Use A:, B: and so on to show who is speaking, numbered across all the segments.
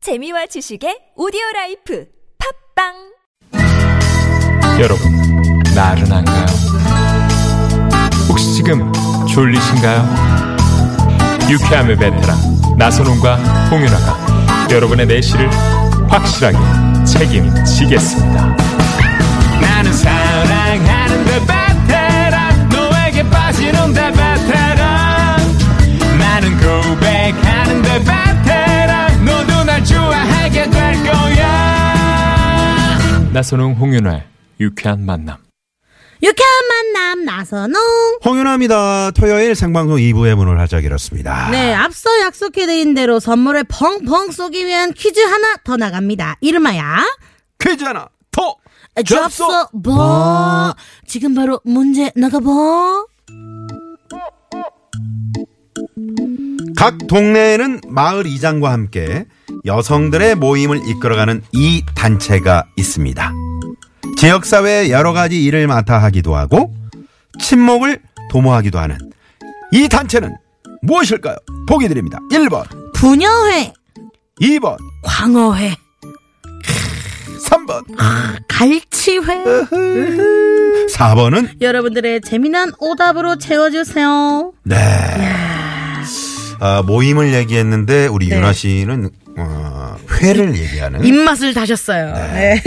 A: 재미와 지식의 오디오 라이프 팝빵
B: 여러분, 나른한가요? 혹시 지금 졸리신가요? 유쾌함의 베테랑 나선홍과 홍윤아가 여러분의 내실을 확실하게 책임지겠습니다. 나는 사랑하는데 그 베테랑 너에게 빠지는데 베테랑 나는 고백하는데 그 베테랑 너도 날 좋아하게 될 거야. 나선홍 홍윤아의 유쾌한 만남.
C: 유쾌한 만남 나선홍.
D: 홍윤아입니다. 토요일 생방송 2부의 문을 활짝 열었습니다.
C: 네, 앞서 약속해드린 대로 선물을 펑펑 쏘기 위한 퀴즈 하나 더 나갑니다. 이름하야
D: 퀴즈 하나 더
C: 접수 뭐 지금 바로 문제 나가봐.
D: 각 동네에는 마을 이장과 함께 여성들의 모임을 이끌어가는 이 단체가 있습니다. 지역사회의 여러 가지 일을 맡아 하기도 하고 친목을 도모하기도 하는 이 단체는 무엇일까요? 보기 드립니다. 1번,
C: 부녀회,
D: 2번,
C: 광어회,
D: 3번,
C: 갈치회.
D: 4번은
C: 여러분들의 재미난 오답으로 채워주세요.
D: 네. 아, 모임을 얘기했는데 우리
C: 네.
D: 윤아 씨는 어, 회를 얘기하는
C: 입맛을 다셨어요. 네.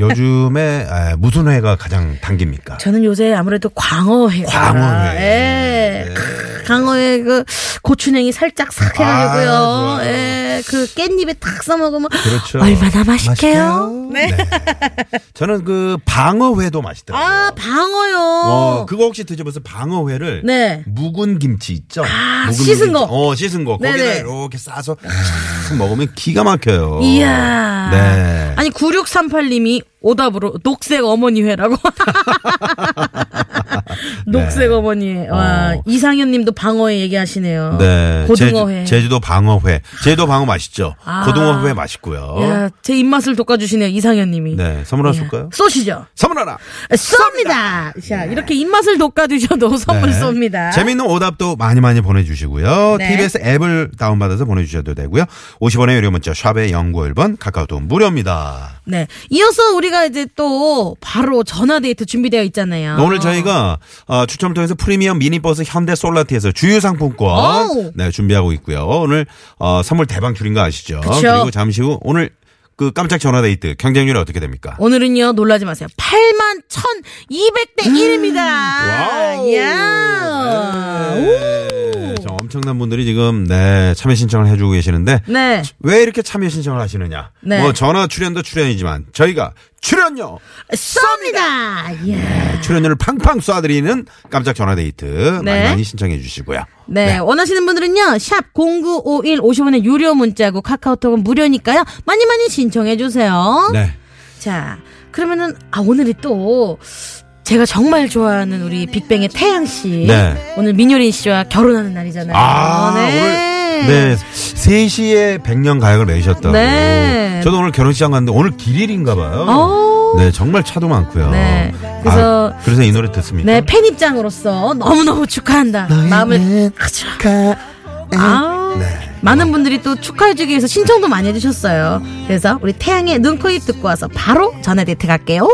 D: 요즘에 아, 무슨 회가 가장 당깁니까?
C: 저는 요새 아무래도 광어회.
D: 광어회. 네.
C: 예. 크, 광어회 그 고추냉이 살짝 싹 해가지고요.
D: 아, 좋아요.
C: 예. 그 깻잎에 탁 써먹으면
D: 그렇죠.
C: 얼마나 맛있게요.
D: 네. 저는 그 방어회도 맛있더라고요.
C: 아 방어요.
D: 어, 그거 혹시 드셔보세요. 방어회를
C: 네.
D: 묵은 김치 있죠?
C: 아, 씻은 거.
D: 어, 씻은 거.
C: 네네.
D: 거기다 이렇게 싸서 촥 먹으면 기가 막혀요.
C: 이야.
D: 어. 네.
C: 아니 9638님이 오답으로 녹색 어머니 회라고. 녹색 어머니. 회. 와
D: 네. 어.
C: 이상현님도 방어회 얘기하시네요.
D: 네.
C: 고등어회.
D: 제주, 도 방어회. 제주도 방어 맛있죠?
C: 아.
D: 고등어회 맛있고요.
C: 야, 제 입맛을 돋궈주시네요 이상현님이. 예.
D: 네. 선물하실까요?
C: 쏘시죠.
D: 선물하라!
C: 쏩니다. 자, 이렇게 입맛을 돋궈주셔도 선물
D: 네.
C: 쏩니다.
D: 재밌는 오답도 많이 많이 보내주시고요.
C: 네.
D: TBS 앱을 다운받아서 보내주셔도 되고요. 50원의 유료 문자 샵의 0951번 카카오톡 무료입니다.
C: 네. 이어서 우리가 이제 또 바로 전화데이트 준비되어 있잖아요.
D: 오늘 저희가 어, 추첨을 통해서 프리미엄 미니버스 현대 솔라티에서 주유
C: 오우.
D: 상품권 네, 준비하고 있고요. 오늘 어, 선물 대박 줄인 거 아시죠?
C: 그쵸.
D: 리고 잠시 후 오늘 그 깜짝 전화데이트 경쟁률이 어떻게 됩니까?
C: 오늘은요, 놀라지 마세요. 8만 1,200대 1입니다.
D: 음. 와우.
C: 야
D: 네, 저 엄청난 분들이 지금 네, 참여 신청을 해주고 계시는데
C: 네.
D: 왜 이렇게 참여 신청을 하시느냐?
C: 네.
D: 뭐 전화 출연도 출연이지만 저희가 출연료 네,
C: 쏩니다. 예.
D: 출연료를 팡팡 쏴드리는 깜짝 전화 데이트
C: 네.
D: 많이 많이 신청해 주시고요.
C: 네. 원하시는 분들은요, 샵 0951 50원의 유료 문자고 카카오톡은 무료니까요. 많이 많이 신청해주세요.
D: 네.
C: 자, 그러면은 아 오늘이 또 제가 정말 좋아하는 우리 빅뱅의 태양 씨
D: 네.
C: 오늘 민효린 씨와 결혼하는 날이잖아요. 네.
D: 아, 오늘 네. 3시에 100년 가약을 내셨다고.
C: 네.
D: 저도 오늘 결혼식장 갔는데 오늘 길일인가 봐요.
C: 어.
D: 네, 정말 차도 많고요.
C: 네. 그래서-
D: 아, 그래서 이 노래 듣습니다.
C: 네, 팬 입장으로서 너무너무 축하한다. 마음을 아주. 아,
D: 네.
C: 많은 분들이 또 축하해주기 위해서 신청도 많이 해주셨어요. 그래서 우리 태양의 눈, 코, 입 듣고 와서 바로 전화 데이트 갈게요.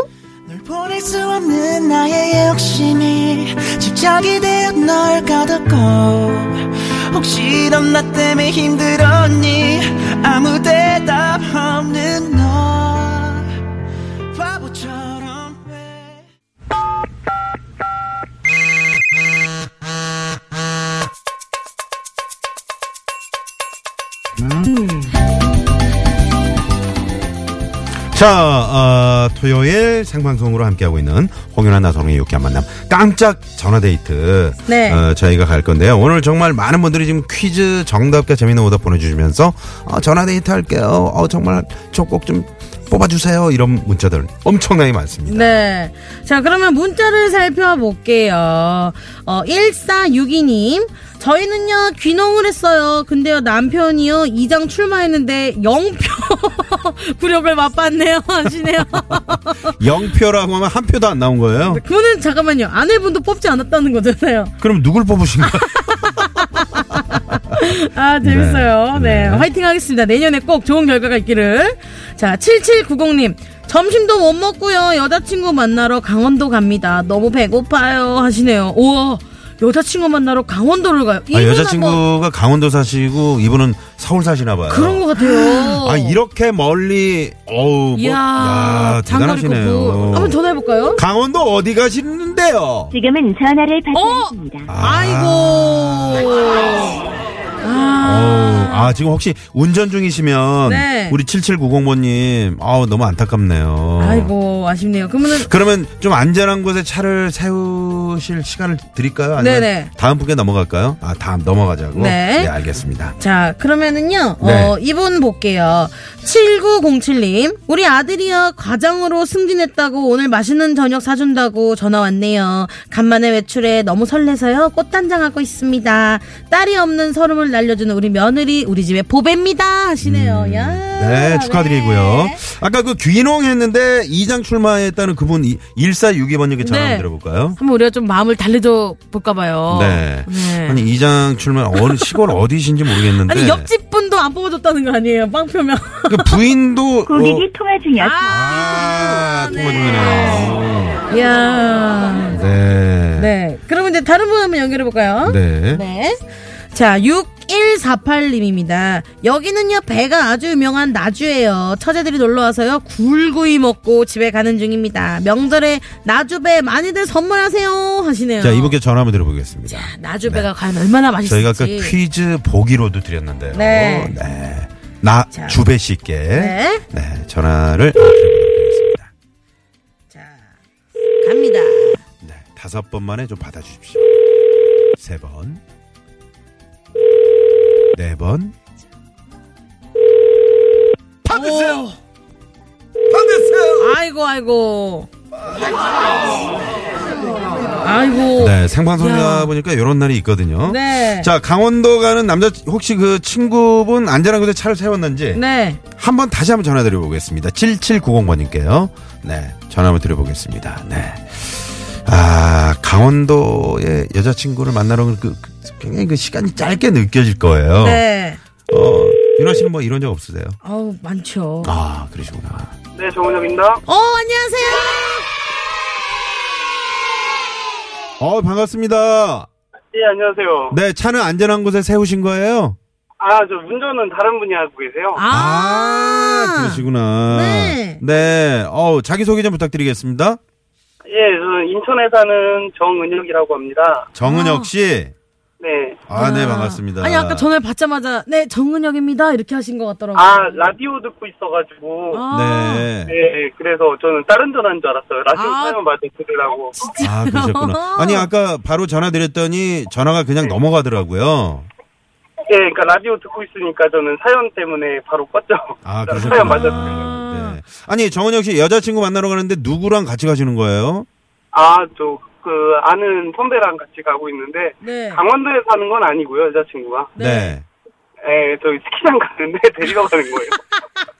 E: 널 보낼 수 없는 나의 욕심이 집착이 되어 널 가뒀고 혹시 넌 나 때문에 힘들었니 아무 대답 없는 너 바보처럼 왜
D: 자, 어, 토요일 생방송으로 함께하고 있는 홍윤아 나선홍의 유쾌한 만남 깜짝 전화데이트.
C: 네.
D: 어, 저희가 갈 건데요. 오늘 정말 많은 분들이 지금 퀴즈 정답과 재밌는 오답 보내주시면서 어, 전화데이트 할게요. 어, 정말 저 꼭 좀 뽑아주세요. 이런 문자들 엄청나게 많습니다.
C: 네. 자, 그러면 문자를 살펴볼게요. 어, 1462님. 저희는요, 귀농을 했어요. 근데요, 남편이요, 이장 출마했는데, 영표 구력을 맛봤네요. 하시네요. 뭐?
D: 영표라고 하면 한 표도 안 나온 거예요.
C: 그거는 잠깐만요. 아내분도 뽑지 않았다는 거잖아요.
D: 그럼 누굴 뽑으신 거예요?
C: 아, 재밌어요.
D: 네,
C: 네.
D: 네.
C: 화이팅 하겠습니다. 내년에 꼭 좋은 결과가 있기를. 자, 7790님. 점심도 못 먹고요. 여자친구 만나러 강원도 갑니다. 너무 배고파요. 하시네요. 우와. 여자친구 만나러 강원도를 가요.
D: 아,
C: 이분 한번
D: 여자친구가 강원도 사시고 이분은 서울 사시나 봐요.
C: 뭐- 그런 것 같아요.
D: 아 이렇게 멀리 어우 뭐,
C: 이야,
D: 야,
C: 장거리 그 아,
D: 대단하시네요.
C: 커플. 한번 전화해볼까요?
D: 강원도 어디 가시는데요?
F: 지금은 전화를 받지
C: 어?
D: 아.
F: 않습니다.
C: 아이고.
D: 어우,
C: 아.
D: 아 지금 혹시 운전 중이시면
C: 네.
D: 우리 7790번님 아우 너무 안타깝네요.
C: 아이고, 뭐. 아쉽네요. 그러면은
D: 그러면 좀 안전한 곳에 차를 세우실 시간을 드릴까요? 아니면
C: 네네.
D: 다음 분께 넘어갈까요? 아 다음 넘어가자고.
C: 네.
D: 알겠습니다.
C: 자, 그러면은요,
D: 네.
C: 어, 이분 볼게요. 7907님, 우리 아들이요, 과장으로 승진했다고 오늘 맛있는 저녁 사준다고 전화 왔네요. 간만에 외출에 너무 설레서요, 꽃단장하고 있습니다. 딸이 없는 서름을 날려주는 우리 며느리, 우리 집의 보배입니다. 아, 하시네요. 야
D: 네, 축하드리고요. 아까 그 귀농 했는데 이장 출마했다는 그분 1462번님께 전화 한번
C: 네.
D: 드려볼까요?
C: 한번 우리가 좀 마음을 달래줘 볼까봐요.
D: 네.
C: 네.
D: 아니 이장 출마 어느 시골 어디신지 모르겠는데
C: 아니, 옆집 분도 안 뽑아줬다는 거 아니에요, 빵 표면.
D: 그 부인도
F: 고객이
D: 어,
F: 통화 중이었습니다.
D: 아
C: 네.
D: 통화 중이네요.
C: 이야.
D: 네. 네.
C: 네. 그러면 이제 다른 분 한번 연결해볼까요?
D: 네.
C: 네. 자, 6148님입니다. 여기는요, 배가 아주 유명한 나주예요. 처제들이 놀러와서요, 굴구이 먹고 집에 가는 중입니다. 명절에 나주배 많이들 선물하세요. 하시네요. 아,
D: 자 이분께 전화 한번 드려보겠습니다.
C: 나주배가 과연 얼마나 맛있을지.
D: 저희가 아까 퀴즈 보기로도 드렸는데요.
C: 네.
D: 네. 나
C: 자.
D: 주배 씨께
C: 네.
D: 네, 전화를 드리겠습니다.
C: 자, 갑니다.
D: 네, 다섯 번 만에 좀 받아주십시오. 세 번, 네 번. 받으세요. 받으세요.
C: 아이고, 아이고. 아이고.
D: 네, 생방송이다
C: 야.
D: 보니까 이런 날이 있거든요.
C: 네.
D: 자, 강원도 가는 남자 혹시 그 친구분 안전한 곳에 차를 세웠는지
C: 네.
D: 한번 다시 한번 전화드려 보겠습니다. 7790번님께요. 네. 전화 한번 드려보겠습니다. 네. 아, 강원도의 여자친구를 만나러 그, 그 굉장히 그 시간이 짧게 느껴질 거예요.
C: 네.
D: 어, 윤아 씨는 뭐 이런 적 없으세요?
C: 아우, 많죠.
D: 아, 그러시구나.
G: 네, 정은혁입니다.
C: 어, 안녕하세요.
D: 어, 반갑습니다.
G: 예, 안녕하세요.
D: 네, 차는 안전한 곳에 세우신 거예요?
G: 아, 저 운전은 다른 분이 하고 계세요.
D: 아,
C: 아.
D: 그러시구나.
C: 네.
D: 네. 어, 자기소개 좀 부탁드리겠습니다.
G: 예, 저는 인천에 사는 정은혁이라고 합니다.
D: 정은혁 씨.
G: 네.
D: 아, 네, 반갑습니다.
C: 아. 아니 아까 전화를 받자마자 네 정은혁입니다 이렇게 하신 것 같더라고요.
G: 아, 라디오 듣고 있어가지고.
C: 아,
D: 네.
G: 네, 그래서 저는 다른 전화인 줄 알았어요. 라디오
C: 아.
G: 사연 마저 들으라고.
D: 아, 그러셨구나. 아니,
C: 어.
D: 아까 바로 전화 드렸더니 전화가 그냥
C: 네.
D: 넘어가더라고요.
G: 예, 그러니까 라디오 듣고 있으니까 저는 사연 때문에 바로 껐죠.
C: 네,
D: 아,
G: 사연
D: 그러셨구나.
G: 마저 들으려고.
D: 네. 아니, 정원혁 씨 여자친구 만나러 가는데 누구랑 같이 가시는 거예요?
G: 아, 저, 그, 아는 선배랑 같이 가고 있는데.
C: 네.
G: 강원도에 사는 건 아니고요, 여자친구가.
C: 네.
G: 예, 저희 스키장 가는데 데리러 가는 거예요.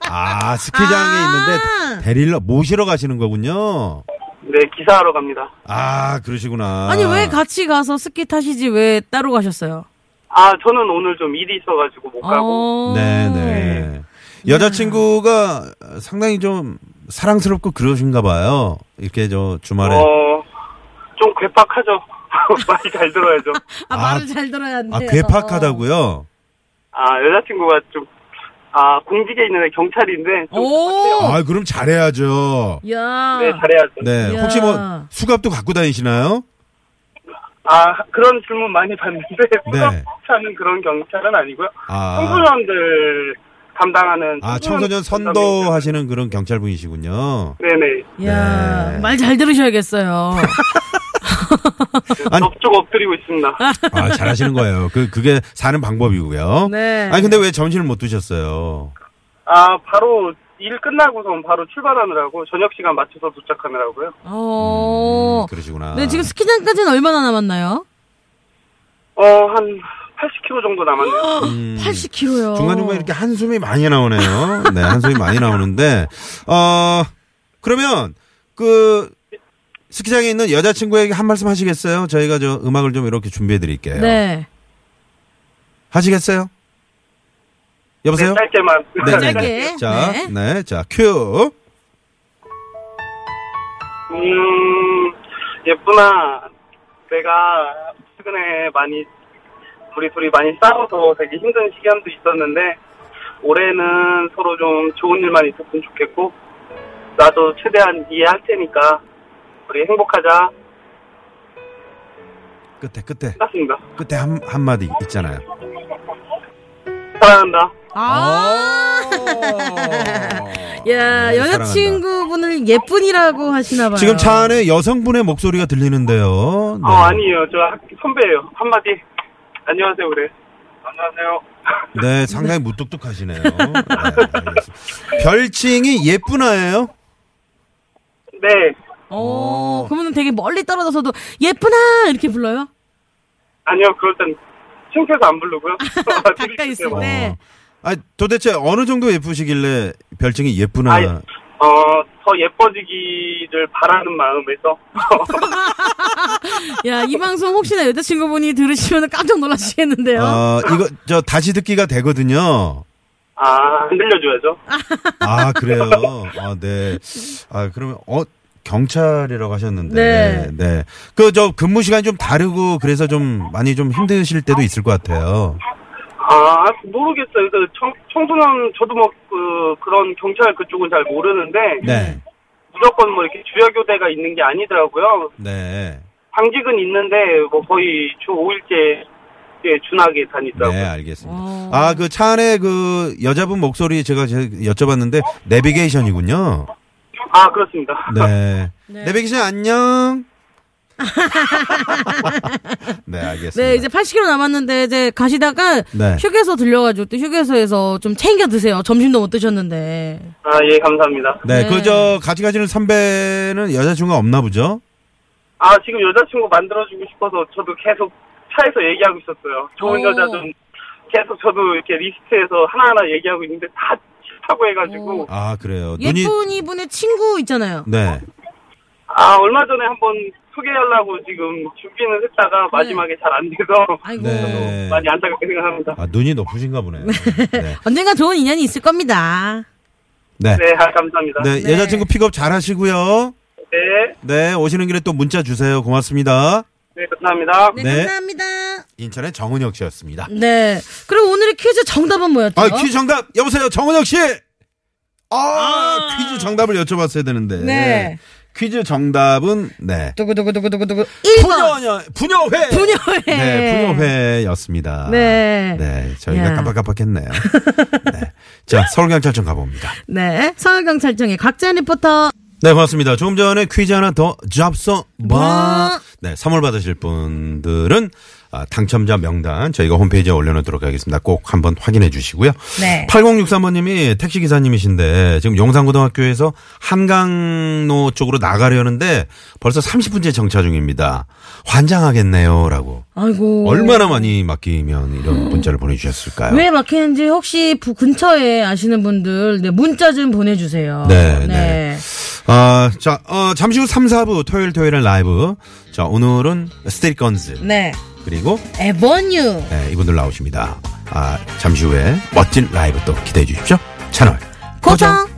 D: 아, 스키장에
C: 아.
D: 있는데 데리러, 모시러 가시는 거군요.
G: 네, 기사하러 갑니다.
D: 아, 그러시구나.
C: 아니 왜 같이 가서 스키 타시지 왜 따로 가셨어요?
G: 아, 저는 오늘 좀 일이 있어가지고 못 가고.
C: 어.
D: 네네. 여자친구가 상당히 좀 사랑스럽고 그러신가 봐요. 이렇게 저 주말에.
G: 어, 좀 괴팍하죠. 말 잘 들어야죠.
C: 아 말을 잘 들어야 한대.
D: 아, 괴팍하다고요?
G: 아, 여자친구가 좀, 아, 공직에 있는데 경찰인데,
C: 어.
G: 좀,
C: 오.
D: 아, 그럼 잘해야죠.
C: 야.
G: 네, 잘해야죠.
D: 네.
C: 이야.
D: 혹시 뭐 수갑도 갖고 다니시나요?
G: 아, 그런 질문 많이 받는데,
D: 네.
G: 수갑차는 그런 경찰은 아니고요.
D: 아.
G: 청소년들 담당하는.
D: 아, 청소년
G: 담당이죠.
D: 선도하시는 그런 경찰분이시군요.
G: 네네.
C: 야.
D: 네.
C: 말 잘 들으셔야겠어요.
D: 아니.
G: 덥죽 엎드리고 있습니다.
D: 아, 잘하시는 거예요. 그, 그게 사는 방법이고요.
C: 네.
D: 아니, 근데 왜 점심을 못 드셨어요?
G: 아, 바로 일 끝나고선 바로 출발하느라고, 저녁 시간 맞춰서 도착하느라고요.
C: 어.
D: 음, 그러시구나.
C: 네 지금 스키장까지는 얼마나 남았나요?
G: 어, 한 80km 정도 남았네요.
D: 음.
C: 80km요.
D: 중간중간 이렇게 한숨이 많이 나오네요. 네, 한숨이 많이 나오는데, 어, 그러면, 그, 스키장에 있는 여자친구에게 한 말씀 하시겠어요? 저희가 저 음악을 좀 이렇게 준비해 드릴게요.
C: 네.
D: 하시겠어요?
G: 네,
D: 여보세요?
G: 짧게만.
D: 네.
C: 짧게.
D: 자,
C: 네.
D: 네, 자, 큐.
G: 음, 예쁘나, 내가 최근에 많이, 우리 둘이 많이 싸워서 되게 힘든 시간도 있었는데, 올해는 서로 좀 좋은 일만 있었으면 좋겠고, 나도 최대한 이해할 테니까, 우리 행복하자.
D: 끝에, 끝에,
G: 끝났습니다.
D: 끝에 한, 한마디 있잖아요.
G: 사랑한다.
C: 아. 야,
D: 어.
G: 어.
D: 네,
C: 여자친구분을 예쁜이라고 하시나봐요.
D: 지금 차 안에 여성분의 목소리가 들리는데요. 네.
G: 어, 아니에요. 저 학- 선배예요. 한마디. 안녕하세요, 그래. 안녕하세요.
D: 네, 상당히 무뚝뚝하시네요. 네, 알겠습니다. 별칭이 예쁘나예요?
G: 네.
C: 오, 어,
D: 어.
C: 그러면 되게 멀리 떨어져서도 예쁘나! 이렇게 불러요?
G: 아니요, 그럴 땐 창피해서 안 부르고요. 어,
C: 가까이 있을
G: 요
C: 네.
D: 아, 도대체 어느 정도 예쁘시길래 별칭이 예쁘나?
G: 아니, 어, 더 예뻐지기를 바라는 마음에서.
C: 야, 이 방송 혹시나 여자친구분이 들으시면 깜짝 놀라시겠는데요?
D: 어, 이거 저 다시 듣기가 되거든요.
G: 아, 흔들려줘야죠.
D: 아, 그래요. 아, 네. 아, 그러면 어 경찰이라고 하셨는데.
C: 네.
D: 그 저 근무 시간이 좀 다르고 그래서 좀 많이 좀 힘드실 때도 있을 것 같아요.
G: 아, 모르겠어요. 그 청, 청소년, 저도 뭐, 그, 그런 경찰 그쪽은 잘 모르는데,
D: 네.
G: 무조건 뭐 이렇게 주야교대가 있는 게 아니더라고요.
D: 네.
G: 당직은 있는데, 뭐 거의 주 5일째, 예, 준하게 다니더라고요.
D: 네, 알겠습니다.
C: 오.
D: 아, 그 차 안에 그 여자분 목소리 제가 제- 여쭤봤는데 내비게이션이군요.
G: 아, 그렇습니다.
D: 네.
C: 네.
D: 내비게이션 안녕. 네, 알겠습니다.
C: 네, 이제 80km 남았는데, 이제 가시다가
D: 네.
C: 휴게소 들려가지고 또 휴게소에서 좀 챙겨 드세요. 점심도 못 드셨는데.
G: 아, 예, 감사합니다.
D: 네,
C: 네.
D: 그저 같이 가시는 선배는 여자친구가 없나 보죠?
G: 아, 지금 여자친구 만들어주고 싶어서 저도 계속 차에서 얘기하고 있었어요. 좋은
C: 오.
G: 여자 좀 계속 저도 이렇게 리스트에서 하나하나 얘기하고 있는데 다 싫다고 해가지고.
D: 아, 그래요. 눈이
C: 예쁜 이분의 친구 있잖아요.
D: 네.
G: 아, 얼마 전에 한번 소개하려고 지금 준비는 했다가 마지막에 잘 안 돼서
C: 아이고.
D: 네.
G: 많이 안타깝게 생각합니다.
D: 아, 눈이 높으신가 보네요. 네.
C: 언젠가 좋은 인연이 있을 겁니다.
D: 네.
G: 네, 아, 감사합니다.
D: 네,
C: 네.
D: 여자친구 픽업 잘 하시고요.
G: 네,
D: 네, 오시는 길에 또 문자 주세요. 고맙습니다.
G: 네, 감사합니다.
C: 네,
D: 네.
C: 감사합니다.
D: 인천의 정은혁 씨였습니다.
C: 네. 그럼 오늘의 퀴즈 정답은 뭐였죠?
D: 아, 퀴즈 정답! 여보세요, 정은혁 씨! 아, 퀴즈 정답을 여쭤봤어야 되는데.
C: 네.
D: 퀴즈 정답은, 네.
C: 두구두구두구두구두구. 1번.
D: 분녀, 분녀회!
C: 분녀회.
D: 네, 분녀회였습니다.
C: 네.
D: 네, 저희가
C: 야.
D: 깜빡깜빡했네요. 네. 자, 서울경찰청 가봅니다.
C: 네. 서울경찰청의 곽재현 리포터.
D: 네, 고맙습니다. 조금 전에 퀴즈 하나 더 잡서 봐.
C: 봐.
D: 네, 선물 받으실 분들은 아, 당첨자 명단 저희가 홈페이지에 올려놓도록 하겠습니다. 꼭 한번 확인해 주시고요.
C: 네.
D: 8063번님이 택시기사님이신데 지금 용산고등학교에서 한강로 쪽으로 나가려는데 벌써 30분째 정차 중입니다. 환장하겠네요. 라고.
C: 아이고.
D: 얼마나 많이 맡기면 이런 문자를 보내주셨을까요?
C: 왜 막히는지 혹시 부 근처에 아시는 분들 네, 문자 좀 보내주세요.
D: 네, 네. 아, 자, 어, 잠시 후 3, 4부 토요일 토요일엔 라이브. 자, 오늘은 스테이건즈
C: 네.
D: 그리고
C: 에버뉴.
D: 네, 이분들 나오십니다. 아, 잠시 후에 멋진 라이브 또 기대해 주십시오. 채널
C: 고정.